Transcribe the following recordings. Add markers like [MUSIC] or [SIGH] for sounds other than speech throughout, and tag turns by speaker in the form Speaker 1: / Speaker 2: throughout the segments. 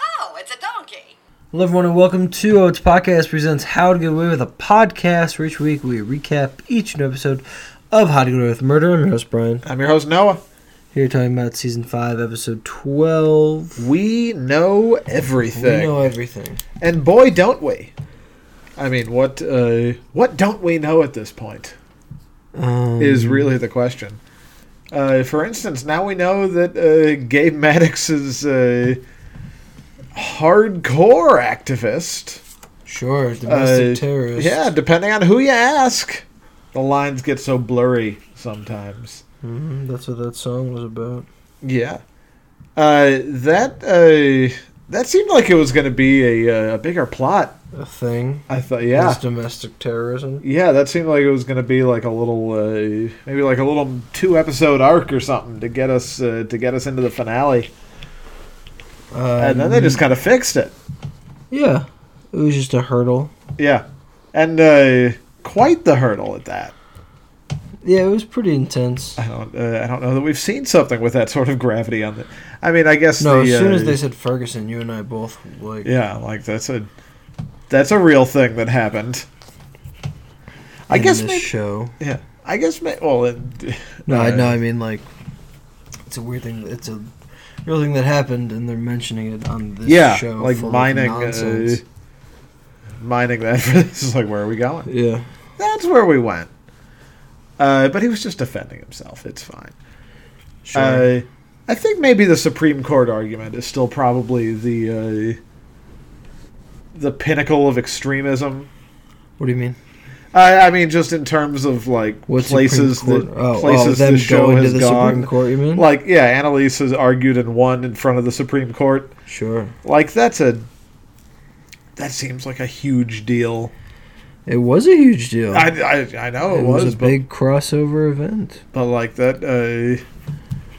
Speaker 1: Oh, It's a donkey.
Speaker 2: Hello, everyone, and welcome to Oats Podcast presents How to Get Away with a Podcast. For each week, we recap each new episode of How to Get Away with Murder. I'm your host, Brian.
Speaker 3: I'm your host Noah.
Speaker 2: Here talking about season 5, episode 12.
Speaker 3: We know everything,
Speaker 2: We know everything.
Speaker 3: and boy, don't we! I mean, what uh, what don't we know at this point
Speaker 2: Um,
Speaker 3: is really the question. Uh, for instance, now we know that uh, Gabe Maddox is a hardcore activist.
Speaker 2: Sure,
Speaker 3: Uh,
Speaker 2: domestic terrorist.
Speaker 3: Yeah, depending on who you ask, the lines get so blurry sometimes.
Speaker 2: hmm that's what that song was about.
Speaker 3: Yeah, uh, that uh, that seemed like it was going to be a, uh, a bigger plot.
Speaker 2: A thing.
Speaker 3: I thought, yeah,
Speaker 2: Is domestic terrorism.
Speaker 3: Yeah, that seemed like it was going to be like a little, uh, maybe like a little two episode arc or something to get us uh, to get us into the finale,
Speaker 2: Um,
Speaker 3: and then they just kind of fixed it.
Speaker 2: Yeah. It was just a hurdle.
Speaker 3: Yeah, and uh, quite the hurdle at that.
Speaker 2: Yeah, it was pretty intense.
Speaker 3: I don't, uh, I don't know that we've seen something with that sort of gravity on the. I mean, I guess
Speaker 2: No,
Speaker 3: the,
Speaker 2: as soon as
Speaker 3: uh,
Speaker 2: they said Ferguson, you and I both, like,
Speaker 3: yeah, like that's a that's a real thing that happened. I
Speaker 2: in
Speaker 3: guess
Speaker 2: this
Speaker 3: maybe,
Speaker 2: show.
Speaker 3: yeah, I guess may, well, it,
Speaker 2: No, I
Speaker 3: Uh,
Speaker 2: no, I mean like it's a weird thing. It's a real thing that happened, and they're mentioning it on this
Speaker 3: yeah,
Speaker 2: show.
Speaker 3: like
Speaker 2: full of
Speaker 3: mining, uh,
Speaker 2: nonsense.
Speaker 3: mining [LAUGHS] that for this is like where are we going?
Speaker 2: yeah,
Speaker 3: That's where we went. Uh, but he was just defending himself. It's fine.
Speaker 2: sure.
Speaker 3: Uh, I think maybe the Supreme Court argument is still probably the uh, the pinnacle of extremism.
Speaker 2: what do you mean?
Speaker 3: I, I mean, just in terms of like
Speaker 2: What Supreme
Speaker 3: places that
Speaker 2: Court? Oh,
Speaker 3: places
Speaker 2: oh, them
Speaker 3: the show
Speaker 2: going to
Speaker 3: has
Speaker 2: the Supreme
Speaker 3: gone.
Speaker 2: Court. You mean?
Speaker 3: Like, yeah, Annalise has argued and won in front of the Supreme Court.
Speaker 2: sure.
Speaker 3: Like, that's a that seems like a huge deal.
Speaker 2: It was a huge deal.
Speaker 3: I, I, I know it,
Speaker 2: it
Speaker 3: was,
Speaker 2: was, a
Speaker 3: but
Speaker 2: big crossover event.
Speaker 3: but like that uh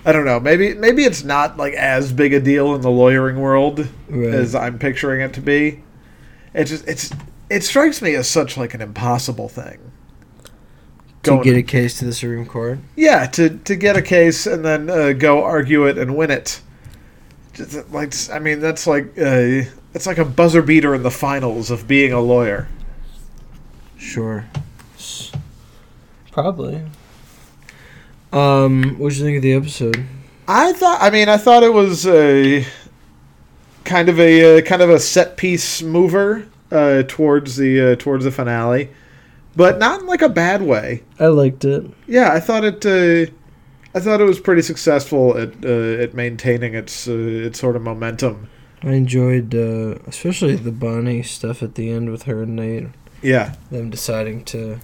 Speaker 3: i don't know maybe maybe it's not like as big a deal in the lawyering world
Speaker 2: Right.
Speaker 3: as i'm picturing it to be it just it's it strikes me as such like an impossible thing
Speaker 2: to
Speaker 3: Going-
Speaker 2: get a case to the Supreme Court.
Speaker 3: yeah to to get a case and then uh, go argue it and win it Just, like i mean that's like uh it's like a buzzer beater in the finals of being a lawyer
Speaker 2: Sure. S- Probably. Um, what'd you think of the episode?
Speaker 3: I thought. I mean, I thought it was a kind of a uh, kind of a set piece mover uh, towards the uh, towards the finale, but not in like a bad way.
Speaker 2: I liked it.
Speaker 3: Yeah, I thought it. Uh, I thought it was pretty successful at uh, at maintaining its uh, its sort of momentum.
Speaker 2: I enjoyed, uh, especially the Bonnie stuff at the end with her and Nate.
Speaker 3: Yeah,
Speaker 2: Them deciding to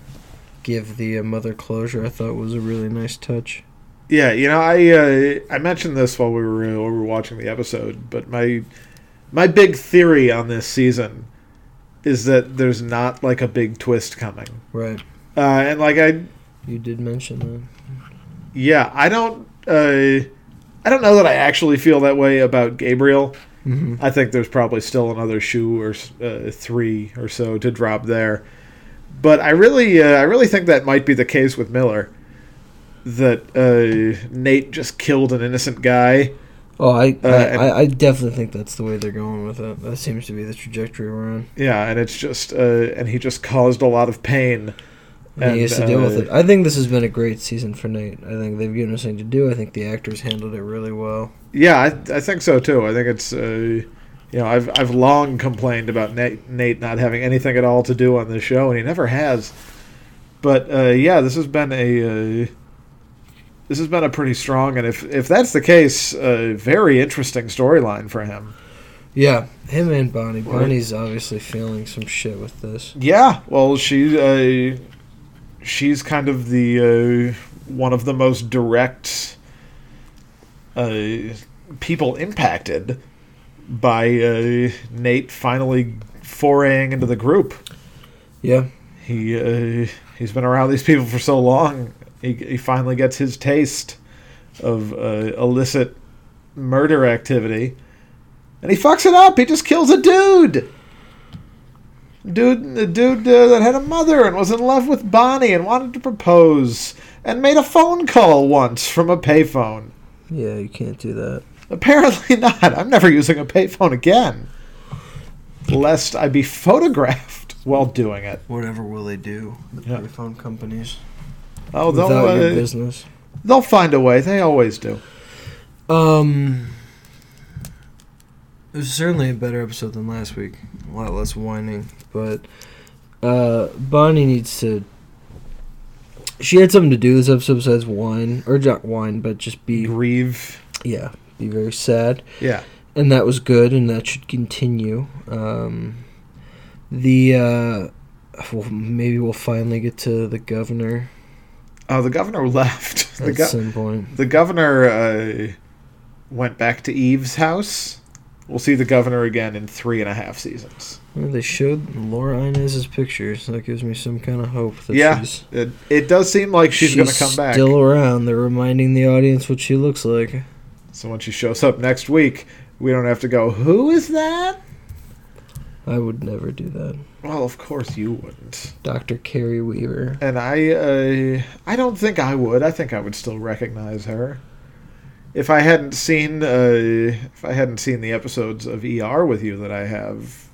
Speaker 2: give the uh, mother closure, I thought was a really nice touch.
Speaker 3: yeah. You know, I uh, I mentioned this while we were uh, while we were watching the episode, but my my big theory on this season is that there's not like a big twist coming,
Speaker 2: Right.
Speaker 3: uh, and like I
Speaker 2: You did mention that.
Speaker 3: Yeah, I don't. Uh, I don't know that I actually feel that way about Gabriel.
Speaker 2: Mm-hmm.
Speaker 3: I think there's probably still another shoe or uh, three or so to drop there. But I really, uh, I really think that might be the case with Miller. That uh, Nate just killed an innocent guy.
Speaker 2: Oh, I,
Speaker 3: Uh,
Speaker 2: I,
Speaker 3: and-
Speaker 2: I, I definitely think that's the way they're going with it. That seems to be the trajectory we're on.
Speaker 3: Yeah, and it's just, uh, and he just caused a lot of pain.
Speaker 2: And, he has to deal with
Speaker 3: uh,
Speaker 2: it. I think this has been a great season for Nate. I think they've given us something to do. I think the actors handled it really well.
Speaker 3: Yeah, I, I think so too. I think it's, uh, you know, I've I've long complained about Nate, Nate not having anything at all to do on this show, and he never has. But uh, yeah, this has been a uh, this has been a pretty strong, and if if that's the case, uh, very interesting storyline for him.
Speaker 2: Yeah, him and Bonnie.
Speaker 3: Right.
Speaker 2: Bonnie's obviously feeling some shit with this.
Speaker 3: Yeah, well, she uh, she's kind of the uh, one of the most direct uh, people impacted by uh, Nate finally foraying into the group.
Speaker 2: Yeah,
Speaker 3: He uh, he's been around these people for so long. He, he finally gets his taste of uh, illicit murder activity, and he fucks it up. He just kills a dude. Dude, the dude uh, that had a mother and was in love with Bonnie and wanted to propose and made a phone call once from a payphone.
Speaker 2: yeah, you can't do that.
Speaker 3: [LAUGHS] Apparently not. I'm never using a payphone again. lest I be photographed while doing it.
Speaker 2: Whatever will they do?
Speaker 3: Yeah.
Speaker 2: Your phone companies.
Speaker 3: Oh, they'll,
Speaker 2: without your
Speaker 3: uh,
Speaker 2: business.
Speaker 3: they'll find a way. They always do.
Speaker 2: Um, it was certainly a better episode than last week. A lot less whining, but uh, Bonnie needs to. She had something to do this episode besides wine, or not wine, but just be
Speaker 3: Grieve.
Speaker 2: yeah, be very sad,
Speaker 3: Yeah.
Speaker 2: and that was good, and that should continue. Um, the uh, well, maybe we'll finally get to the governor
Speaker 3: Oh, the governor [LAUGHS] left. The,
Speaker 2: at
Speaker 3: go-
Speaker 2: some point.
Speaker 3: the governor uh, went back to Eve's house. We'll see the governor again in three and a half seasons.
Speaker 2: Well, they showed Laura Inez's picture, so that gives me some kind of hope that
Speaker 3: Yeah.
Speaker 2: she's
Speaker 3: It, it does seem like she's, going to come back.
Speaker 2: Still around. They're reminding the audience what she looks like.
Speaker 3: So when she shows up next week, we don't have to go, who is that?
Speaker 2: I would never do that.
Speaker 3: Well, of course you wouldn't.
Speaker 2: Dr. Carrie Weaver.
Speaker 3: And I, uh, I don't think I would. I think I would still recognize her. If I hadn't seen, uh, if I hadn't seen the episodes of ER with you that I have,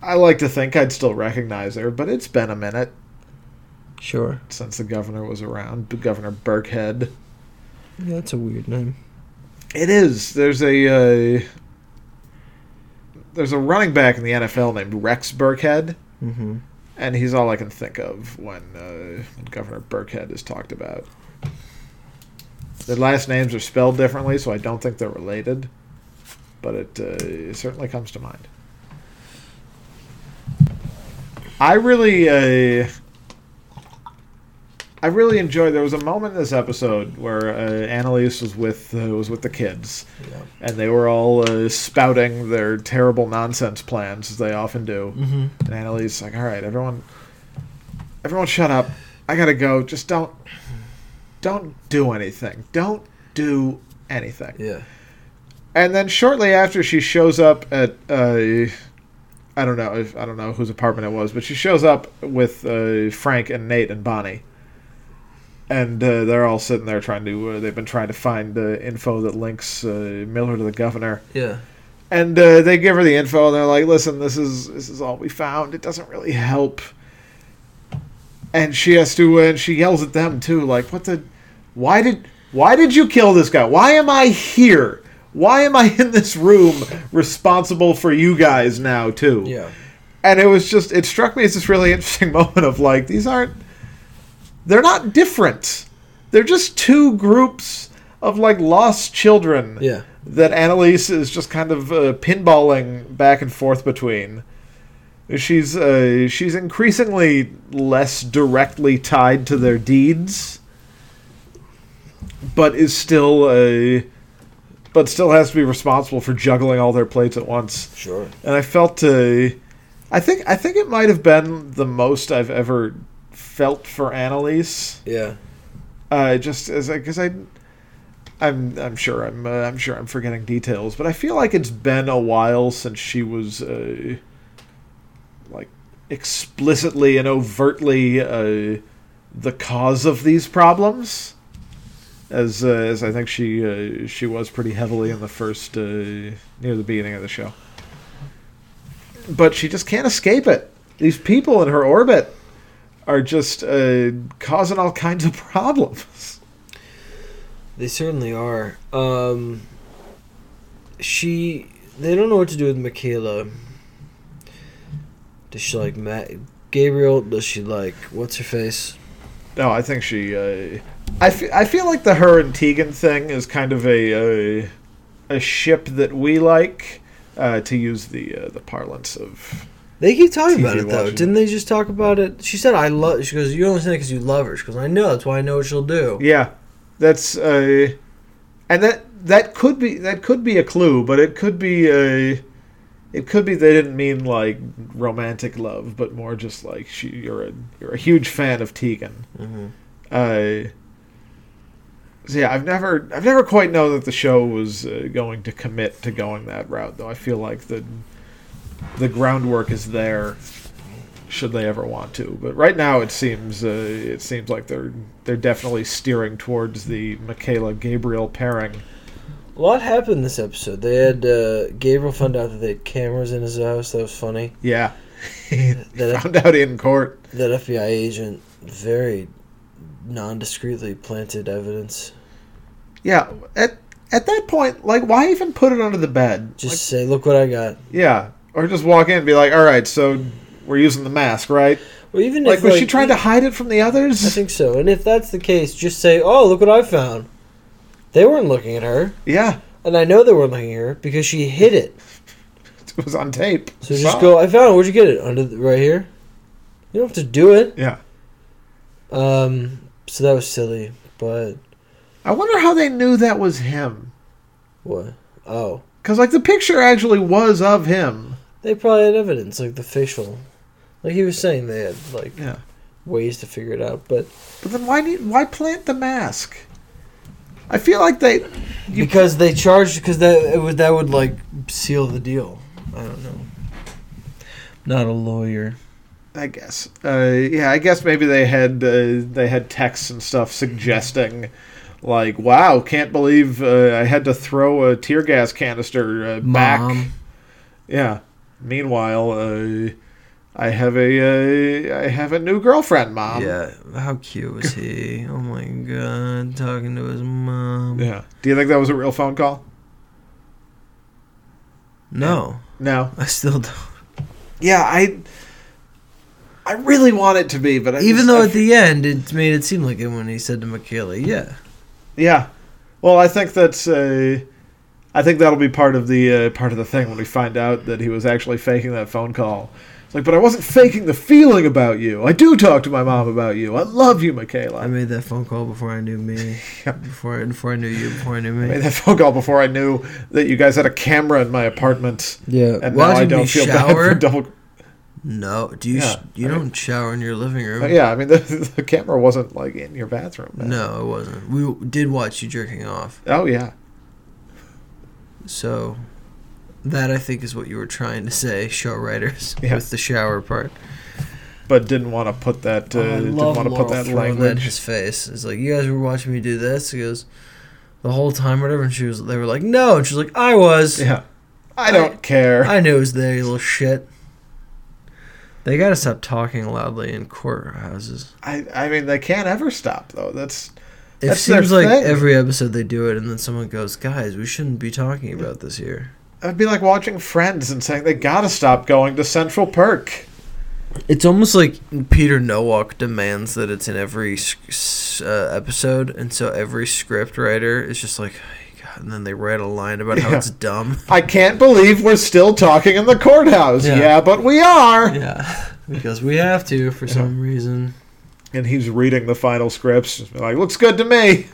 Speaker 3: I like to think I'd still recognize her. But it's been a minute
Speaker 2: Sure.
Speaker 3: since the governor was around. B- Governor Burkhead.
Speaker 2: Yeah, that's a weird name.
Speaker 3: It is. There's a, uh, there's a running back in the NFL named Rex Burkhead.
Speaker 2: Mm-hmm.
Speaker 3: and he's all I can think of when, uh, when Governor Burkhead is talked about. Their last names are spelled differently, so I don't think they're related, but it, uh, it certainly comes to mind. I really, uh, I really enjoyed. There was a moment in this episode where uh, Annalise was with uh, was with the kids,
Speaker 2: Yeah.
Speaker 3: and they were all uh, spouting their terrible nonsense plans, as they often do.
Speaker 2: Mm-hmm.
Speaker 3: And Annalise is like, all right, everyone, everyone, shut up. I gotta go. Just don't, don't do anything. Don't do anything.
Speaker 2: Yeah.
Speaker 3: And then shortly after, she shows up at, uh, I don't know, if, I don't know whose apartment it was, but she shows up with uh, Frank and Nate and Bonnie. And uh, they're all sitting there trying to. Uh, they've been trying to find uh, info that links uh, Miller to the governor
Speaker 2: Yeah.
Speaker 3: and uh, they give her the info and they're like listen this is this is all we found it doesn't really help and she has to and she yells at them too like what the why did why did you kill this guy why am i here why am i in this room responsible for you guys now too
Speaker 2: Yeah.
Speaker 3: and it was just it struck me as this really interesting [LAUGHS] moment of like these aren't they're not different they're just two groups of like lost children
Speaker 2: Yeah.
Speaker 3: that Annalise is just kind of uh, pinballing back and forth between. She's uh, she's increasingly less directly tied to their deeds, but is still uh, but still has to be responsible for juggling all their plates at once.
Speaker 2: Sure.
Speaker 3: And I felt uh, I think I think it might have been the most I've ever felt for Annalise
Speaker 2: Yeah.
Speaker 3: uh, just as because I, I'm I'm sure I'm uh, I'm sure I'm forgetting details, but I feel like it's been a while since she was uh, like explicitly and overtly uh, the cause of these problems. As, uh, as I think she uh, she was pretty heavily in the first uh, near the beginning of the show, but she just can't escape it. These people in her orbit are just uh, causing all kinds of [LAUGHS] problems.
Speaker 2: They certainly are. Um, she. They don't know what to do with Michaela. Does she like Matt Gabriel? Does she like what's her face?
Speaker 3: No, I think she. Uh, I, fe- I feel like the her and Tegan thing is kind of a a, a ship that we like, uh, to use the uh, the parlance of.
Speaker 2: They keep talking about
Speaker 3: TV
Speaker 2: it though.
Speaker 3: watching.
Speaker 2: Didn't they just talk about it? She said, "I love." She goes, "You only said it because you love her." She goes, "I know. That's why I know what she'll do."
Speaker 3: Yeah, that's uh, and that that could be that could be a clue, but it could be a. It could be they didn't mean like romantic love, but more just like she, you're a you're a huge fan of Tegan.
Speaker 2: hmm
Speaker 3: Uh, so yeah, I've never, I've never quite known that the show was uh, going to commit to going that route, though. I feel like the, the groundwork is there, should they ever want to. But right now, it seems, uh, it seems like they're, they're definitely steering towards the Michaela Gabriel pairing,
Speaker 2: A lot happened this episode. They had uh, Gabriel found out that they had cameras in his house. That was funny.
Speaker 3: Yeah. [LAUGHS] he [LAUGHS] found out in court.
Speaker 2: That FBI agent very non-discreetly planted evidence.
Speaker 3: Yeah. At at that point, like, why even put it under the bed?
Speaker 2: Just say, "Look what I got."
Speaker 3: Like, yeah. Or just walk in and be like, "All right, so we're using the mask, right?"
Speaker 2: Well, even
Speaker 3: Like,
Speaker 2: if
Speaker 3: was
Speaker 2: like,
Speaker 3: she trying to hide it from the others?
Speaker 2: I think so. And if that's the case, just say, "Oh, look what I found." They weren't looking at her,
Speaker 3: yeah.
Speaker 2: and I know they weren't looking at her because she hid it.
Speaker 3: It was on tape.
Speaker 2: So just
Speaker 3: Wow.
Speaker 2: go. I found it. Where'd you get it? Under the, right here. You don't have to do it.
Speaker 3: Yeah.
Speaker 2: Um. So that was silly, but
Speaker 3: I wonder how they knew that was him.
Speaker 2: what? Oh,
Speaker 3: Because, like, the picture actually was of him.
Speaker 2: they probably had evidence, like the facial. Like he was saying, they had like
Speaker 3: Yeah.
Speaker 2: ways to figure it out, but
Speaker 3: But then why need, why plant the mask? I feel like they. You-
Speaker 2: because they charged, because that it would that would like seal the deal. I don't know. Not a lawyer.
Speaker 3: I guess. Uh, yeah, I guess maybe they had uh, they had texts and stuff suggesting, like, "Wow, can't believe uh, I had to throw a tear gas canister uh, back."
Speaker 2: Mom.
Speaker 3: Yeah. Meanwhile, uh, I have a uh, I have a new girlfriend, mom.
Speaker 2: yeah. How cute was he? Oh my god, talking to his mom.
Speaker 3: Yeah. Do you think that was a real phone call?
Speaker 2: No, [LAUGHS]
Speaker 3: No.
Speaker 2: I still don't.
Speaker 3: Yeah, I. I really want it to be, but I
Speaker 2: Even
Speaker 3: just-
Speaker 2: though
Speaker 3: I
Speaker 2: at the end it made it seem like it when he said to Michaela, "Yeah,
Speaker 3: Yeah. Well, I think that's uh, I think that'll be part of the uh, part of the thing when we find out that he was actually faking that phone call. It's like, but I wasn't faking the feeling about you. I do talk to my mom about you. I love you, Michaela.
Speaker 2: I
Speaker 3: I
Speaker 2: made that phone call before I knew me,
Speaker 3: [LAUGHS] Yeah.
Speaker 2: before I, before I knew you, before I knew
Speaker 3: made
Speaker 2: me."
Speaker 3: that [LAUGHS] phone call before I knew that you guys had a camera in my apartment,
Speaker 2: [LAUGHS] Yeah,
Speaker 3: and now I
Speaker 2: watching me
Speaker 3: don't feel bad
Speaker 2: shower.
Speaker 3: for double.
Speaker 2: No, do you
Speaker 3: Yeah,
Speaker 2: sh- you
Speaker 3: I mean-
Speaker 2: don't shower in your living room?
Speaker 3: But yeah, I mean [LAUGHS] the, the camera wasn't like in your bathroom. man.
Speaker 2: No, it wasn't. We w- did watch you jerking off,
Speaker 3: Oh yeah.
Speaker 2: so that I think is what you were trying to say, show writers,
Speaker 3: [LAUGHS] Yeah.
Speaker 2: with the shower part.
Speaker 3: But didn't want to put that. Uh,
Speaker 2: Oh, I
Speaker 3: didn't
Speaker 2: love
Speaker 3: want to put
Speaker 2: Laurel
Speaker 3: that
Speaker 2: throwing
Speaker 3: language.
Speaker 2: in his face. It's like you guys were watching me do this. He goes the whole time, or whatever. And she was, they were like, "No," and she's like, "I was."
Speaker 3: Yeah. I don't
Speaker 2: [LAUGHS]
Speaker 3: care.
Speaker 2: I knew it was there, you little shit. They gotta stop talking loudly in courthouses.
Speaker 3: I, I mean, they can't ever stop though. That's
Speaker 2: It
Speaker 3: That's their
Speaker 2: seems like
Speaker 3: thing.
Speaker 2: every episode they do it, and then someone goes, "Guys, we shouldn't be talking about this here."
Speaker 3: I'd be like watching Friends and saying they gotta stop going to Central Perk.
Speaker 2: It's almost like Peter Nowak demands that it's in every s- s- uh, episode, and so every script writer is just like, "Oh, God, and then they write a line about how
Speaker 3: Yeah.
Speaker 2: it's dumb.
Speaker 3: I can't believe we're still talking in the courthouse.
Speaker 2: Yeah.
Speaker 3: Yeah, but we
Speaker 2: [LAUGHS]
Speaker 3: are.
Speaker 2: Yeah, because we have to for some reason.
Speaker 3: And he's reading the final scripts. Like, looks good to me.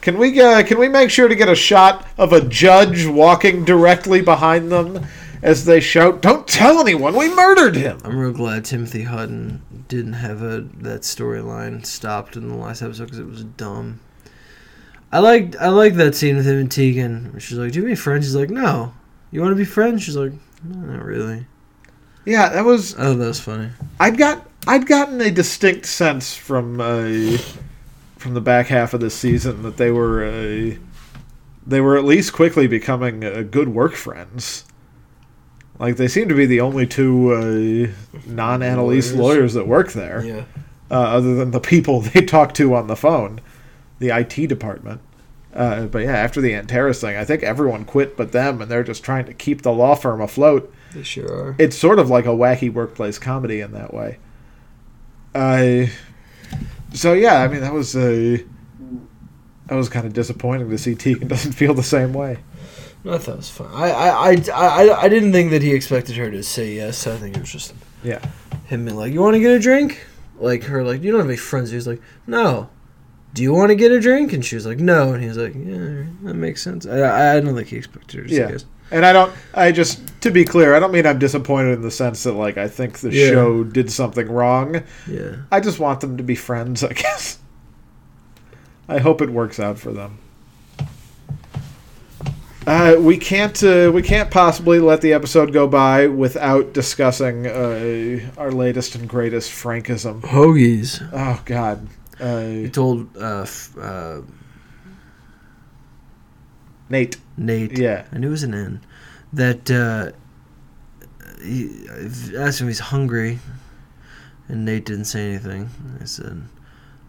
Speaker 3: Can we uh, can we make sure to get a shot of a judge walking directly behind them as they shout, "Don't tell anyone we murdered him."
Speaker 2: I'm real glad Timothy Hutton didn't have a that storyline stopped in the last episode because it was dumb. I liked I liked that scene with him and Tegan. where She's like, "Do you have any friends?" He's like, "No." You want to be friends? She's like, no, "Not really."
Speaker 3: Yeah, that was
Speaker 2: Oh, that was funny.
Speaker 3: I'd got I'd gotten a distinct sense from uh, from the back half of this season that they were uh, they were at least quickly becoming uh, good work friends. Like they seem to be the only two uh, non-Annalise
Speaker 2: Lawyers.
Speaker 3: lawyers that work there,
Speaker 2: Yeah,
Speaker 3: uh, other than the people [LAUGHS] they talk to on the phone, the IT department. Uh, but yeah, after the Antares thing, I think everyone quit but them, and they're just trying to keep the law firm afloat
Speaker 2: they sure are.
Speaker 3: it's sort of like a wacky workplace comedy in that way. I so yeah, I mean that was uh, that was kind of disappointing to see Tegan [LAUGHS] doesn't feel the same way.
Speaker 2: No, I thought it was fun. I I, I, I I- I didn't think that he expected her to say yes. I think it was just
Speaker 3: Yeah.
Speaker 2: him being like, "You want to get a drink?" Like her, like you don't have any friends. He was like, "No." Do you want to get a drink? And she was like, "No." And he was like, "Yeah, all right, that makes sense." I- I, I don't think he expected her to
Speaker 3: Yeah.
Speaker 2: say yes.
Speaker 3: And I don't. I just to be clear, I don't mean I'm disappointed in the sense that like I think the
Speaker 2: Yeah.
Speaker 3: show did something wrong.
Speaker 2: Yeah.
Speaker 3: I just want them to be friends. I guess. [LAUGHS] I hope it works out for them. Uh, we can't. Uh, we can't possibly let the episode go by without discussing uh, our latest and greatest Frankism.
Speaker 2: Hoagies.
Speaker 3: Oh God. Uh,
Speaker 2: He told uh, f- uh,
Speaker 3: Nate.
Speaker 2: Nate.
Speaker 3: Yeah. [LAUGHS]
Speaker 2: I knew it was an N. That uh, he, I've asked him if he's hungry, and Nate didn't say anything. I said,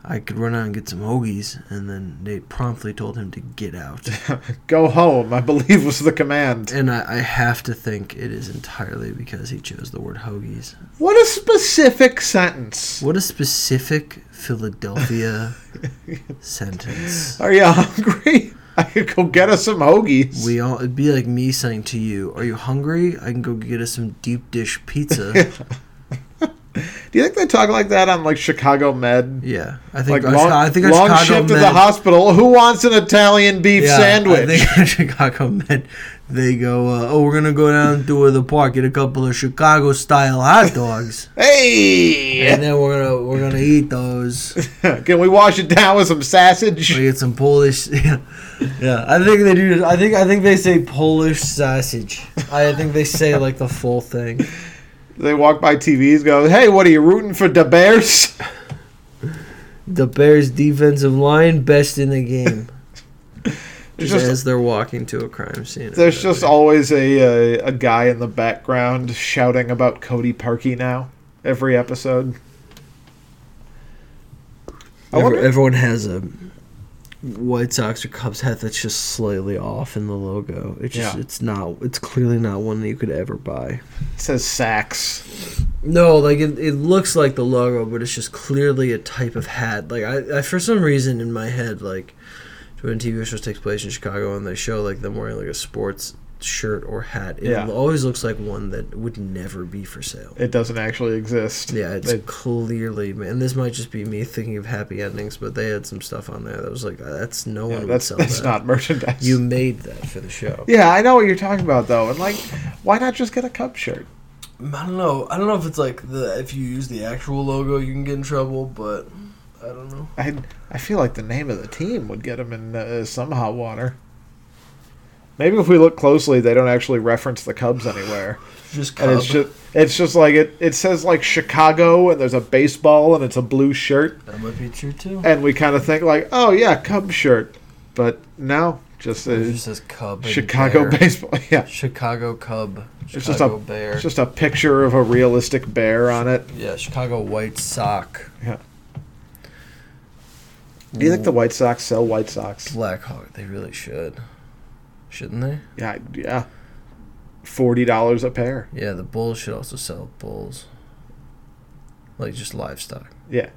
Speaker 2: I could run out and get some hoagies, and then Nate promptly told him to get
Speaker 3: [LAUGHS]
Speaker 2: out.
Speaker 3: Go home, I believe was the command.
Speaker 2: and I, I have to think it is entirely because he chose the word hoagies.
Speaker 3: What a specific sentence.
Speaker 2: What a specific
Speaker 3: [LAUGHS]
Speaker 2: Philadelphia sentence.
Speaker 3: Are you [LAUGHS] hungry? I could go get us some hoagies.
Speaker 2: We all it'd be like me saying to you, "Are you hungry? I can go get us some deep dish
Speaker 3: [LAUGHS]
Speaker 2: pizza."
Speaker 3: Do you think they talk like that on like Chicago Med?
Speaker 2: yeah, I
Speaker 3: Like
Speaker 2: think our-
Speaker 3: long,
Speaker 2: I think our
Speaker 3: long
Speaker 2: Chicago
Speaker 3: shift
Speaker 2: Med,
Speaker 3: at the hospital. Who wants an Italian beef
Speaker 2: yeah,
Speaker 3: sandwich?
Speaker 2: I think [LAUGHS] our Chicago Med. They go, uh, "Oh, we're gonna go down to the park get a couple of Chicago style hot
Speaker 3: [LAUGHS]
Speaker 2: dogs,
Speaker 3: hey,
Speaker 2: and then we're gonna we're gonna eat those."
Speaker 3: [LAUGHS] can we wash it down with some sausage?
Speaker 2: We get some Polish. [LAUGHS] Yeah, yeah. I think they do. I think I think they say Polish sausage. I think they say like the full thing.
Speaker 3: They walk by TVs, go, hey, what are you rooting for?
Speaker 2: [LAUGHS]
Speaker 3: The Bears?
Speaker 2: The Bears' defensive line, best in the game.
Speaker 3: There's
Speaker 2: Just
Speaker 3: just,
Speaker 2: as they're walking to a crime scene. or
Speaker 3: there's just
Speaker 2: whatever.
Speaker 3: always a, a a guy in the background shouting about Cody Parkey now every episode. I
Speaker 2: Every-
Speaker 3: wonder,
Speaker 2: everyone has a White Sox or Cubs hat that's just slightly off in the logo. It's just
Speaker 3: Yeah.
Speaker 2: it's not it's clearly not one that you could ever buy.
Speaker 3: it says sacks.
Speaker 2: No, like it, it looks like the logo, but it's just clearly a type of hat. Like I, I for some reason in my head, like when TV shows takes place in Chicago and they show like them wearing like a sports shirt or hat, it
Speaker 3: Yeah.
Speaker 2: always looks like one that would never be for sale.
Speaker 3: It doesn't actually exist.
Speaker 2: Yeah, it's
Speaker 3: They-
Speaker 2: clearly, and this might just be me thinking of happy endings, but they had some stuff on there that was like, that's no
Speaker 3: yeah,
Speaker 2: one
Speaker 3: that's [LAUGHS]
Speaker 2: would sell
Speaker 3: that's
Speaker 2: that.
Speaker 3: not merchandise.
Speaker 2: you made that for the show.
Speaker 3: yeah, I know what you're talking about though, and like, why not just get a cup shirt?
Speaker 2: I don't know. I don't know if it's like the if you use the actual logo, you can get in trouble, but I don't know.
Speaker 3: I I feel like the name of the team would get them in uh, some hot water. Maybe if we look closely, they don't actually reference the Cubs anywhere.
Speaker 2: Just
Speaker 3: and it's just it's just like it it says like Chicago and there's a baseball and it's a blue shirt
Speaker 2: That might be true too.
Speaker 3: and we kind of think like oh yeah Cub shirt but no just
Speaker 2: It
Speaker 3: a
Speaker 2: just says Cub. and
Speaker 3: Chicago
Speaker 2: Bear.
Speaker 3: baseball [LAUGHS] yeah
Speaker 2: Chicago Cub. Chicago
Speaker 3: just a-
Speaker 2: Bear.
Speaker 3: it's just a picture of a realistic bear on it
Speaker 2: yeah, Chicago White Sock.
Speaker 3: Yeah. do you think the
Speaker 2: Mm.
Speaker 3: White Sox sell White Sox
Speaker 2: Black Hawk? They really should, shouldn't they?
Speaker 3: yeah yeah forty dollars a pair
Speaker 2: Yeah, the Bulls should also sell bulls, like just livestock.
Speaker 3: yeah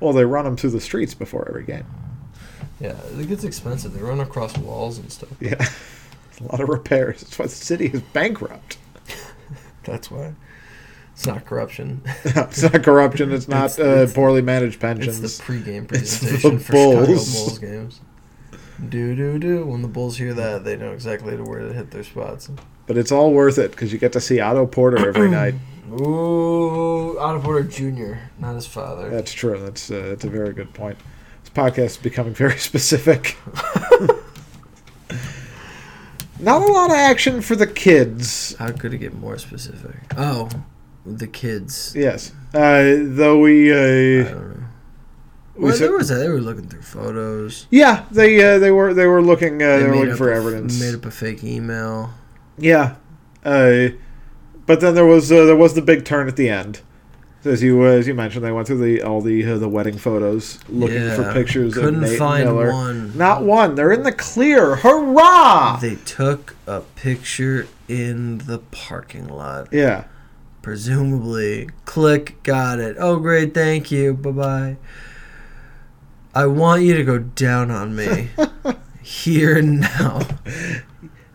Speaker 3: well they run them through the streets before every game
Speaker 2: Yeah, it gets expensive. They run across walls and stuff.
Speaker 3: yeah [LAUGHS] a lot of repairs that's why the city is bankrupt. [LAUGHS]
Speaker 2: That's why. It's not corruption. [LAUGHS]
Speaker 3: No, it's not corruption. It's not
Speaker 2: It's-
Speaker 3: uh,
Speaker 2: it's-
Speaker 3: poorly managed
Speaker 2: It's
Speaker 3: pensions.
Speaker 2: the pregame
Speaker 3: It's the
Speaker 2: presentation for
Speaker 3: Bulls.
Speaker 2: Chicago Bulls games. Do do do. When the Bulls hear that, they know exactly to where to hit their spots.
Speaker 3: but it's all worth it because you get to see Otto
Speaker 2: [CLEARS THROAT]
Speaker 3: Porter every night.
Speaker 2: Ooh, Otto Porter Jr., not his father.
Speaker 3: That's true. That's uh, that's a very good point. This podcast is becoming [LAUGHS]
Speaker 2: [LAUGHS]
Speaker 3: very specific. not a lot of action for the kids.
Speaker 2: How could it get more specific? Oh, the kids.
Speaker 3: Yes, uh, though we
Speaker 2: I
Speaker 3: uh,
Speaker 2: don't know.
Speaker 3: we
Speaker 2: Well,
Speaker 3: said,
Speaker 2: there was that. They were looking through photos.
Speaker 3: yeah they uh, they were they were looking uh, they, were
Speaker 2: made
Speaker 3: looking
Speaker 2: up
Speaker 3: for
Speaker 2: a-
Speaker 3: evidence.
Speaker 2: Made up a fake email.
Speaker 3: Yeah, uh, but then there was uh, there was the big turn at the end. As you uh, as you mentioned, they went through the all the uh, the wedding photos, looking for
Speaker 2: Yeah.
Speaker 3: pictures
Speaker 2: Couldn't
Speaker 3: of Nate
Speaker 2: find
Speaker 3: Miller.
Speaker 2: one.
Speaker 3: Not one. They're in the clear. Hurrah!
Speaker 2: They took a picture in the parking lot.
Speaker 3: yeah,
Speaker 2: Presumably, click, got it. Oh, great, thank you. Bye bye. I want you to go down on
Speaker 3: [LAUGHS]
Speaker 2: me here and now.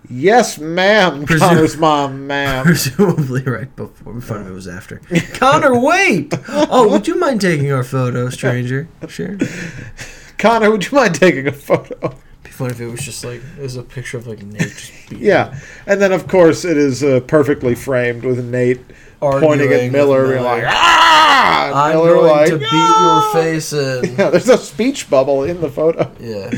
Speaker 3: yes, ma'am.
Speaker 2: Presu-
Speaker 3: Connor's mom, ma'am.
Speaker 2: Presumably, right before, in front of it was after. [LAUGHS] Connor, wait! Oh, would you mind taking our photo, stranger? Sure.
Speaker 3: [LAUGHS] Connor, would you mind taking a photo?
Speaker 2: Be funny if it was just like it was a picture of like Nate just beating
Speaker 3: Yeah, and then of course it is uh, perfectly framed with Nate pointing
Speaker 2: arguing
Speaker 3: at
Speaker 2: with
Speaker 3: Miller, being like, ah! And
Speaker 2: I'm
Speaker 3: Miller
Speaker 2: going
Speaker 3: like,
Speaker 2: to beat
Speaker 3: "Ah!"
Speaker 2: your face in.
Speaker 3: [LAUGHS] Yeah, there's a speech bubble in the photo.
Speaker 2: Yeah.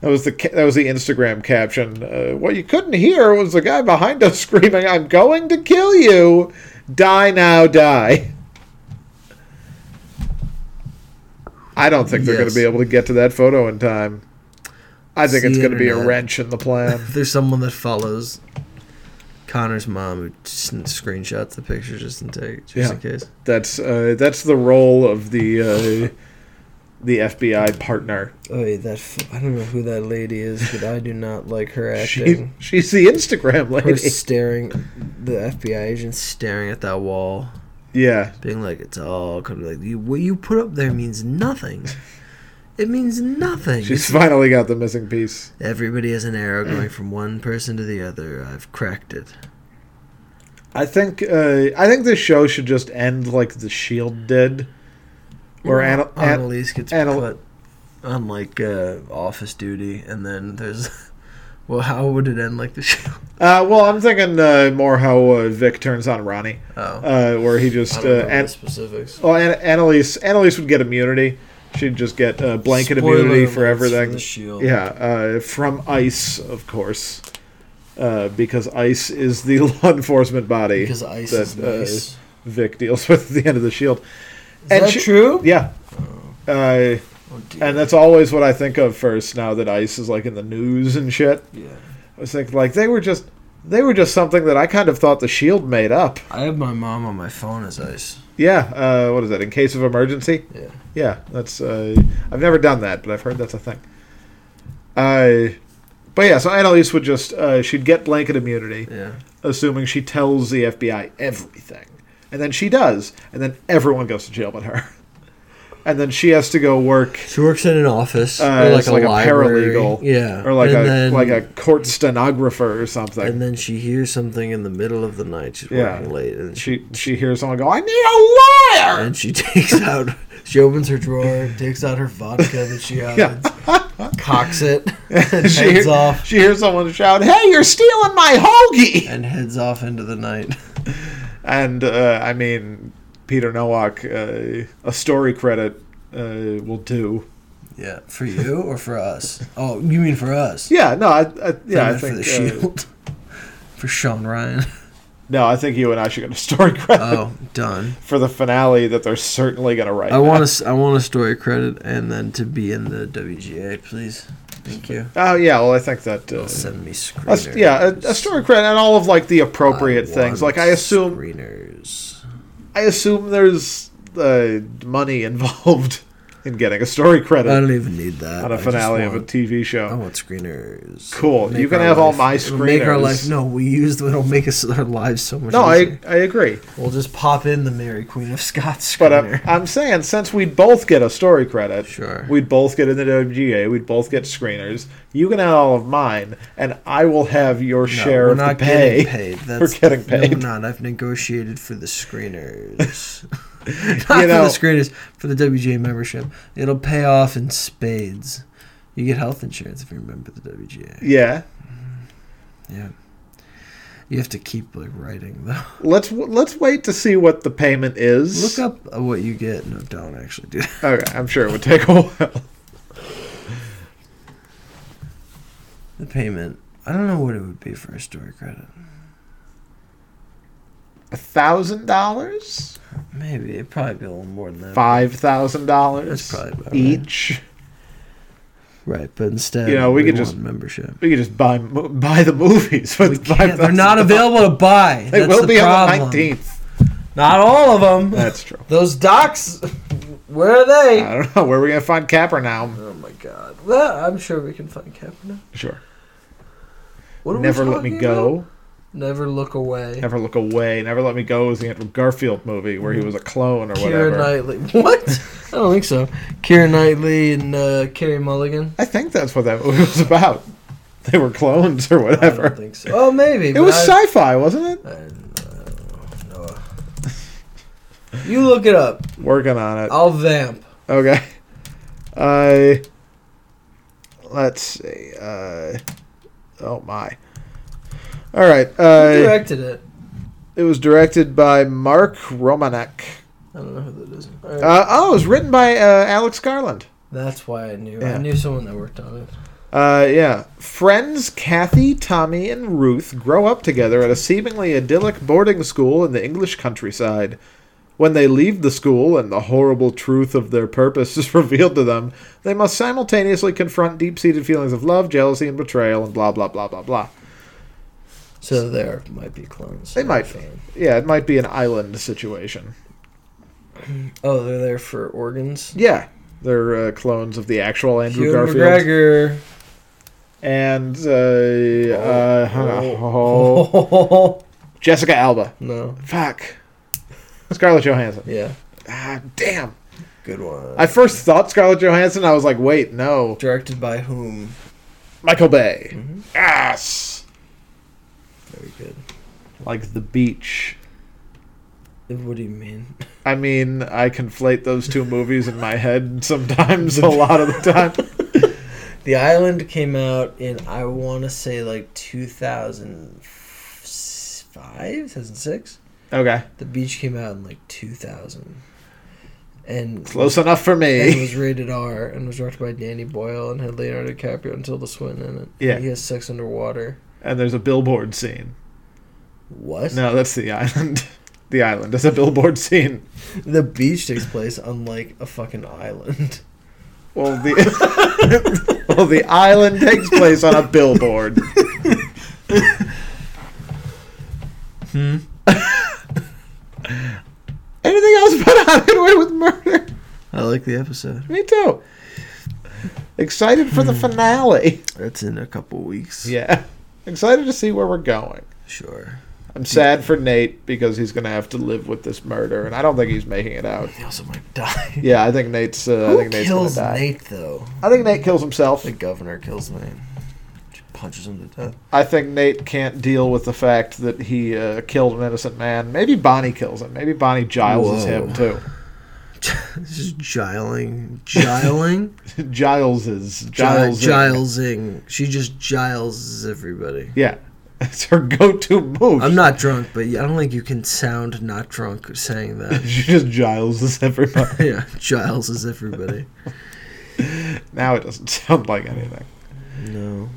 Speaker 3: That was the ca- that was the Instagram caption. Uh, what you couldn't hear was the guy behind us [LAUGHS] screaming, "I'm going to kill you! Die now, die!" I don't think they're going
Speaker 2: Yes.
Speaker 3: to be able to get to that photo in time. I think
Speaker 2: It's
Speaker 3: it's
Speaker 2: the
Speaker 3: going to be a
Speaker 2: internet.
Speaker 3: wrench in the plan.
Speaker 2: There's someone that follows Connor's mom who just screenshots the picture just in, take, just in case.
Speaker 3: that's uh, that's the role of the uh, the FBI partner.
Speaker 2: Oh, yeah, that f- I don't know who that lady is, but I do not like her
Speaker 3: [LAUGHS] She,
Speaker 2: acting.
Speaker 3: she's the Instagram
Speaker 2: her
Speaker 3: lady.
Speaker 2: staring, the FBI agent staring at that wall,
Speaker 3: [LAUGHS] Yeah,
Speaker 2: being like, "It's all coming." Like you, what you put up there means nothing. It means nothing.
Speaker 3: she's finally got the missing piece.
Speaker 2: Everybody has an arrow going from one person to the other. I've cracked it.
Speaker 3: I think uh, I think this show should just end like the Shield did, or Anna, Anna,
Speaker 2: Annalise gets
Speaker 3: Annal-
Speaker 2: put on like uh, office duty, and then there's. [LAUGHS] Well, how would it end? Like the show?
Speaker 3: uh, well, I'm thinking uh, more how uh, Vic turns on Ronnie,
Speaker 2: [LAUGHS] Oh,
Speaker 3: uh, where he just
Speaker 2: I
Speaker 3: uh,
Speaker 2: don't know
Speaker 3: An-
Speaker 2: the specifics.
Speaker 3: well, Anna, Annalise Annalise would get immunity. She'd just get uh, blanket
Speaker 2: Spoiler
Speaker 3: immunity for
Speaker 2: alerts
Speaker 3: everything.
Speaker 2: the shield.
Speaker 3: Yeah, uh, from ICE, of course, uh, because ICE is the [LAUGHS] law enforcement body
Speaker 2: Because ice
Speaker 3: that,
Speaker 2: is
Speaker 3: uh,
Speaker 2: nice. is
Speaker 3: Vic deals with at the end of the Shield.
Speaker 2: that
Speaker 3: she-
Speaker 2: true?
Speaker 3: Yeah. Uh,
Speaker 2: Oh, dear.
Speaker 3: and that's always what I think of first. Now that ICE is like in the news and shit,
Speaker 2: yeah.
Speaker 3: I was thinking like they were just they were just something that I kind of thought the Shield made up.
Speaker 2: I have my mom on my phone as ice.
Speaker 3: Yeah. Uh, what is that? In case of emergency.
Speaker 2: Yeah.
Speaker 3: Yeah. That's. Uh, I've never done that, but I've heard that's a thing. Uh, but yeah. So Annalise would just uh, she'd get blanket immunity.
Speaker 2: Yeah.
Speaker 3: assuming she tells the FBI everything. And then she does, and then everyone goes to jail but her. [LAUGHS] And then she has to go work
Speaker 2: She works in an office
Speaker 3: Uh,
Speaker 2: or like
Speaker 3: it's
Speaker 2: a,
Speaker 3: like a
Speaker 2: library.
Speaker 3: paralegal,
Speaker 2: Yeah.
Speaker 3: or like
Speaker 2: and
Speaker 3: a
Speaker 2: then,
Speaker 3: like a court stenographer or something.
Speaker 2: And then she hears something in the middle of the night. She's
Speaker 3: Yeah.
Speaker 2: working late, and she
Speaker 3: she she hears someone go, "I need a lawyer." [LAUGHS]
Speaker 2: and she [LAUGHS] takes out. She opens her drawer, takes out her vodka that she hides, cocks
Speaker 3: [LAUGHS]
Speaker 2: it, and
Speaker 3: she,
Speaker 2: heads
Speaker 3: hear-
Speaker 2: off.
Speaker 3: she hears someone shout, "Hey, you're stealing my hoagie!"
Speaker 2: And heads off into the night.
Speaker 3: And uh, I mean, Peter Nowak, uh, a story credit uh, will do.
Speaker 2: Yeah, for you or for us? Oh, you mean for us?
Speaker 3: Yeah, no, I, I yeah, I
Speaker 2: meant
Speaker 3: think
Speaker 2: for the
Speaker 3: uh,
Speaker 2: Shield, [LAUGHS] for Sean Ryan.
Speaker 3: [LAUGHS] no, I think you and I should get a story [LAUGHS] credit.
Speaker 2: Oh, done.
Speaker 3: for the finale that they're certainly going to write.
Speaker 2: I want a s I want a story credit and then to be in the WGA, please. Thank you.
Speaker 3: Oh yeah, well I think that. Uh,
Speaker 2: Send me
Speaker 3: a s-
Speaker 2: screeners.
Speaker 3: yeah, a, a story credit and all of like the appropriate
Speaker 2: I
Speaker 3: things.
Speaker 2: want
Speaker 3: Like I assume,
Speaker 2: screeners.
Speaker 3: I assume there's uh, money [LAUGHS] involved in getting a story
Speaker 2: I
Speaker 3: credit
Speaker 2: don't even need that.
Speaker 3: on
Speaker 2: I
Speaker 3: a
Speaker 2: just
Speaker 3: finale of a
Speaker 2: want-
Speaker 3: TV
Speaker 2: I
Speaker 3: show.
Speaker 2: want screeners.
Speaker 3: Cool.
Speaker 2: Make
Speaker 3: You can
Speaker 2: our
Speaker 3: have all
Speaker 2: life-
Speaker 3: my
Speaker 2: it'll Make our
Speaker 3: screeners.
Speaker 2: life. No, we use. It'll make us our lives so much.
Speaker 3: No, I
Speaker 2: easier.
Speaker 3: I agree,
Speaker 2: We'll just pop in the Mary Queen of Scots
Speaker 3: but
Speaker 2: screener.
Speaker 3: I'm, I'm saying since we'd both get a story credit,
Speaker 2: Sure.
Speaker 3: we'd both get in the WGA, we'd both get screeners. You can have all of mine, and I will have your
Speaker 2: No,
Speaker 3: share of the pay. [LAUGHS]
Speaker 2: getting paid. That's,
Speaker 3: getting paid.
Speaker 2: No, we're not. I've negotiated for the
Speaker 3: [LAUGHS]
Speaker 2: screeners. [LAUGHS] not
Speaker 3: You know-
Speaker 2: for the screeners, for the WGA membership. It'll pay off in spades. You get health insurance if you remember the WGA.
Speaker 3: Yeah.
Speaker 2: Yeah. You have to keep like writing though.
Speaker 3: Let's let's wait to see what the payment is.
Speaker 2: Look up uh, what you get. No, don't actually do. That.
Speaker 3: Okay, I'm sure it would take a [LAUGHS] while.
Speaker 2: The payment. I don't know what it would be for a story credit.
Speaker 3: A thousand dollars,
Speaker 2: Maybe it'd probably be a little more than that.
Speaker 3: five thousand
Speaker 2: That's
Speaker 3: dollars
Speaker 2: probably about right.
Speaker 3: each.
Speaker 2: Right, but instead,
Speaker 3: You know, we could
Speaker 2: want
Speaker 3: just-
Speaker 2: membership.
Speaker 3: We could just buy mo- buy the movies with the
Speaker 2: Yeah,
Speaker 3: [LAUGHS] five
Speaker 2: they're
Speaker 3: thousand.
Speaker 2: not available to buy.
Speaker 3: They
Speaker 2: That's
Speaker 3: will
Speaker 2: the
Speaker 3: be
Speaker 2: problem.
Speaker 3: on the nineteenth.
Speaker 2: Not all of them.
Speaker 3: That's true.
Speaker 2: Those docs, where are they?
Speaker 3: I don't know where we're gonna find Capernaum.
Speaker 2: oh my god. Well, I'm sure we can find Kaepernick.
Speaker 3: Sure.
Speaker 2: What are we
Speaker 3: Never let me
Speaker 2: talking
Speaker 3: go.
Speaker 2: about? Never look away.
Speaker 3: Never look away. Never let me go is the Andrew Garfield movie where he was a clone or
Speaker 2: Keira
Speaker 3: whatever.
Speaker 2: Knightley. What? I don't think so. Keira Knightley and uh, Carrie Mulligan.
Speaker 3: I think that's what that movie was about. [LAUGHS] They were clones or
Speaker 2: I don't
Speaker 3: whatever.
Speaker 2: think so. Oh, maybe.
Speaker 3: It
Speaker 2: but
Speaker 3: was
Speaker 2: I-
Speaker 3: sci-fi, wasn't it?
Speaker 2: I don't know. You look it up.
Speaker 3: Working on it.
Speaker 2: I'll vamp.
Speaker 3: Okay. Uh, let's see. Uh, oh my. All right.
Speaker 2: Who
Speaker 3: Uh,
Speaker 2: directed it?
Speaker 3: it was directed by Mark Romanek.
Speaker 2: I don't know who that is. All right.
Speaker 3: Uh, oh, it was written by uh, Alex Garland.
Speaker 2: That's why I knew.
Speaker 3: yeah.
Speaker 2: I knew someone that worked on it.
Speaker 3: Uh, yeah. Friends Kathy, Tommy, and Ruth grow up together at a seemingly idyllic boarding school in the English countryside. When they leave the school and the horrible truth of their purpose [LAUGHS] is revealed to them, they must simultaneously confront deep seated feelings of love, jealousy, and betrayal, and blah, blah, blah, blah, blah.
Speaker 2: So there might be clones.
Speaker 3: They might be. Yeah, it might be an island situation.
Speaker 2: Oh, they're there for organs.
Speaker 3: Yeah, they're uh, clones of the actual Andrew
Speaker 2: Ewan
Speaker 3: Garfield.
Speaker 2: McGregor.
Speaker 3: And, uh, uh,
Speaker 2: Oh.
Speaker 3: oh, Jessica Alba.
Speaker 2: [LAUGHS] no.
Speaker 3: Fuck. Scarlett Johansson.
Speaker 2: Yeah.
Speaker 3: Ah, damn.
Speaker 2: Good one.
Speaker 3: I first thought Scarlett Johansson. I was like, wait, no.
Speaker 2: Directed by whom?
Speaker 3: Michael Bay.
Speaker 2: Mhm.
Speaker 3: Ass.
Speaker 2: Very good.
Speaker 3: Like the beach.
Speaker 2: What do you mean? [LAUGHS]
Speaker 3: I mean, I conflate those two movies in my head sometimes, a lot of the time.
Speaker 2: The Island came out in I want to say like 2005, 2006.
Speaker 3: [LAUGHS] Okay.
Speaker 2: The Beach came out in like 2000, and
Speaker 3: Close enough for
Speaker 2: and
Speaker 3: me. [LAUGHS]
Speaker 2: was rated R and was directed by Danny Boyle and had Leonardo DiCaprio and Tilda Swinton in it.
Speaker 3: Yeah.
Speaker 2: he has sex underwater.
Speaker 3: And there's a billboard scene.
Speaker 2: What?
Speaker 3: No, that's the island. [LAUGHS] The island. There's a billboard scene.
Speaker 2: The beach takes place on like a fucking island. [LAUGHS]
Speaker 3: Well, the well, the [LAUGHS] island takes place on a billboard.
Speaker 2: Hmm.
Speaker 3: [LAUGHS] Anything else but on and away with murder?
Speaker 2: I like the episode.
Speaker 3: Me too. Excited for
Speaker 2: Hmm.
Speaker 3: the finale.
Speaker 2: That's in a couple weeks.
Speaker 3: Yeah. [LAUGHS] Excited to see where we're going.
Speaker 2: Sure.
Speaker 3: I'm sad for Nate because he's going to have to live with this murder, and I don't think he's making it out.
Speaker 2: They also might [LAUGHS] die.
Speaker 3: Yeah, I think Nate's. Uh, I
Speaker 2: Who
Speaker 3: think Nate's
Speaker 2: kills
Speaker 3: gonna die.
Speaker 2: Nate though?
Speaker 3: I think Nate kills himself.
Speaker 2: The governor kills Nate. She punches him to
Speaker 3: [LAUGHS]
Speaker 2: death.
Speaker 3: I think Nate can't deal with the fact that he uh, killed an innocent man. Maybe Bonnie kills him. Maybe Bonnie Giles is
Speaker 2: Whoa.
Speaker 3: him too. [LAUGHS]
Speaker 2: this is giling, giling,
Speaker 3: Giles is Giles.
Speaker 2: Giles,
Speaker 3: is-
Speaker 2: gilesing. She just giles everybody.
Speaker 3: Yeah, [LAUGHS] it's her go-to move.
Speaker 2: I'm not drunk, but I don't think you can sound not drunk saying [LAUGHS] that.
Speaker 3: [LAUGHS] She just Giles is everybody.
Speaker 2: yeah, Giles is everybody.
Speaker 3: [LAUGHS] now it doesn't sound like anything.
Speaker 2: No.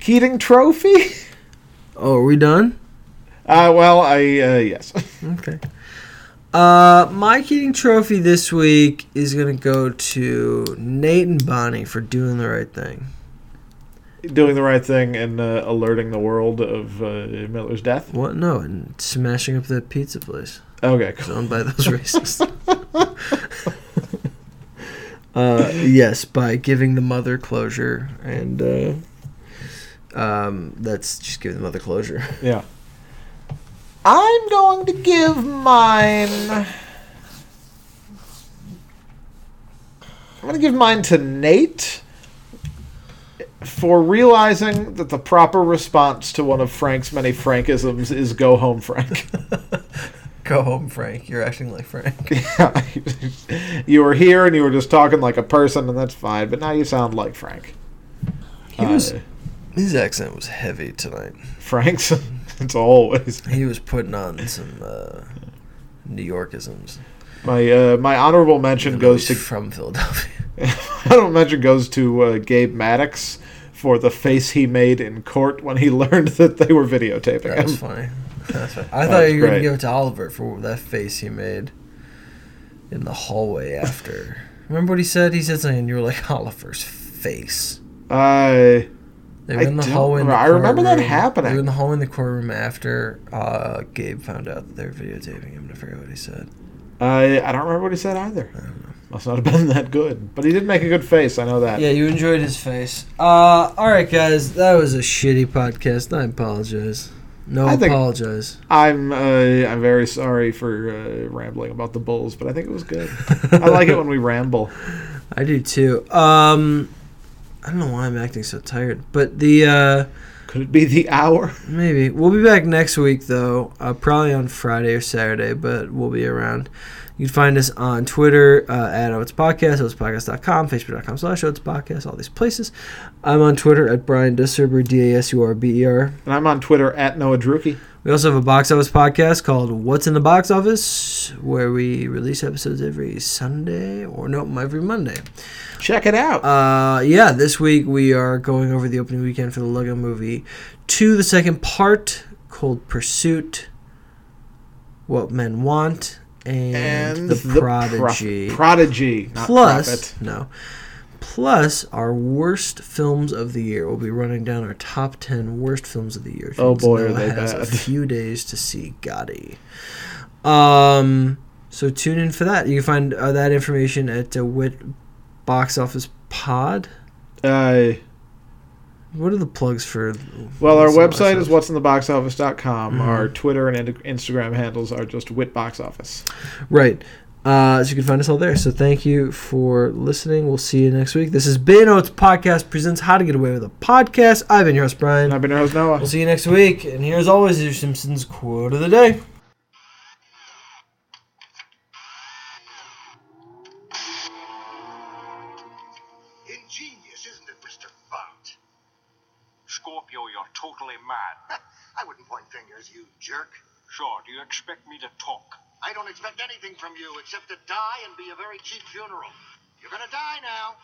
Speaker 3: Keating Trophy. [LAUGHS]
Speaker 2: Oh, are we done?
Speaker 3: Uh, well, I uh, yes. [LAUGHS]
Speaker 2: Okay. Uh, my Keating Trophy this week is gonna go to Nate and Bonnie for doing the right thing.
Speaker 3: doing the right thing and uh, alerting the world of uh, Miller's death.
Speaker 2: What? No, and smashing up that pizza place.
Speaker 3: Okay,
Speaker 2: It's
Speaker 3: cool.
Speaker 2: owned by [LAUGHS] those racists. uh, yes, by giving the mother closure, and uh, um, that's just giving the mother closure. [LAUGHS]
Speaker 3: Yeah. I'm going to give mine. I'm going to give mine to Nate for realizing that the proper response to one of Frank's many Frankisms is go
Speaker 2: [LAUGHS]
Speaker 3: home, Frank. [LAUGHS]
Speaker 2: Go home, Frank. You're acting like Frank.
Speaker 3: you were here and you were just talking like a person, and that's fine, but now you sound like Frank.
Speaker 2: He was.
Speaker 3: Uh,
Speaker 2: His accent was heavy tonight.
Speaker 3: Frank's. [LAUGHS] it's always.
Speaker 2: He was putting on some uh, New Yorkisms.
Speaker 3: My uh, my honorable mention
Speaker 2: even though
Speaker 3: goes
Speaker 2: he's
Speaker 3: to
Speaker 2: from Philadelphia.
Speaker 3: [LAUGHS] I don't imagine goes to uh, Gabe Maddox for the face he made in court when he [LAUGHS] learned that they were videotaping
Speaker 2: That was
Speaker 3: him. [LAUGHS]
Speaker 2: funny. That's funny. Um, I thought
Speaker 3: was
Speaker 2: you were
Speaker 3: Oh, great.
Speaker 2: gonna give it to Oliver for that face he made in the hallway after. Remember what he said? He said something, and you were like, [LAUGHS] "Oliver's face."
Speaker 3: I
Speaker 2: They
Speaker 3: I
Speaker 2: were in the
Speaker 3: don't
Speaker 2: hallway. In the
Speaker 3: remember. I remember that
Speaker 2: courtroom-
Speaker 3: happening.
Speaker 2: They were in the hallway in the courtroom after uh, Gabe found out that they were videotaping him. and I forget what he said.
Speaker 3: I I don't remember what he said either. Must not have been [LAUGHS] that good, but he did make a good face. I know that.
Speaker 2: Yeah, you enjoyed his face. Uh, all right, guys, that was a shitty podcast. I apologize. No,
Speaker 3: I think-
Speaker 2: apologize.
Speaker 3: I'm uh, I'm very sorry for uh, rambling about the Bulls, but I think it was good. I like it when we ramble.
Speaker 2: I do too. Um, I don't know why I'm acting so tired, but the uh,
Speaker 3: Could it be the hour? [LAUGHS]
Speaker 2: maybe we'll be back next week though. Uh, probably on Friday or Saturday, but we'll be around. You can find us on Twitter uh, at Oats Podcast, OatsPodcast.com, Facebook.com slash Oats Podcast, all these places. I'm on Twitter at Brian Desurber, D A S U R B E R.
Speaker 3: And I'm on Twitter at Noah Druki.
Speaker 2: We also have a box office podcast called What's in the Box Office, where we release episodes every Sunday or no, every Monday.
Speaker 3: Check it out.
Speaker 2: Uh, yeah, this week we are going over the opening weekend for the Lego movie to the second part, Cold Pursuit, What Men Want, and,
Speaker 3: and
Speaker 2: the,
Speaker 3: Pro-
Speaker 2: Prodigy.
Speaker 3: prodigy. not
Speaker 2: Plus,
Speaker 3: Prophet.
Speaker 2: no. Plus, our worst films of the year. We'll be running down our top ten worst films of the year.
Speaker 3: Oh,
Speaker 2: Since
Speaker 3: boy, are
Speaker 2: Noah
Speaker 3: they
Speaker 2: has A
Speaker 3: bad.
Speaker 2: few days to see Gotti. Um, so tune in for that. You can find uh, that information at uh, Wit Box Office Pod.
Speaker 3: Uh,
Speaker 2: What are the plugs for?
Speaker 3: well, our
Speaker 2: what's the
Speaker 3: website
Speaker 2: box
Speaker 3: is what'sintheboxoffice.com.
Speaker 2: Mhm.
Speaker 3: Our Twitter and ind- Instagram handles are just witboxoffice.
Speaker 2: office? right. Uh, so you can find us all there. So thank you for listening. We'll see you next week. This has been Oats Podcast presents How to Get Away with a Podcast. I've been your host Brian.
Speaker 3: And I've been your host Noah.
Speaker 2: We'll see you next week. And here, as always, is your Simpsons quote of the day.
Speaker 1: Ingenious, isn't it, Mr. Fart?
Speaker 4: Scorpio, you're totally mad.
Speaker 1: [LAUGHS] I wouldn't point fingers, you jerk.
Speaker 4: Sure, do you expect me to talk?
Speaker 1: I don't expect anything from you except to die and be a very cheap funeral. You're gonna die now.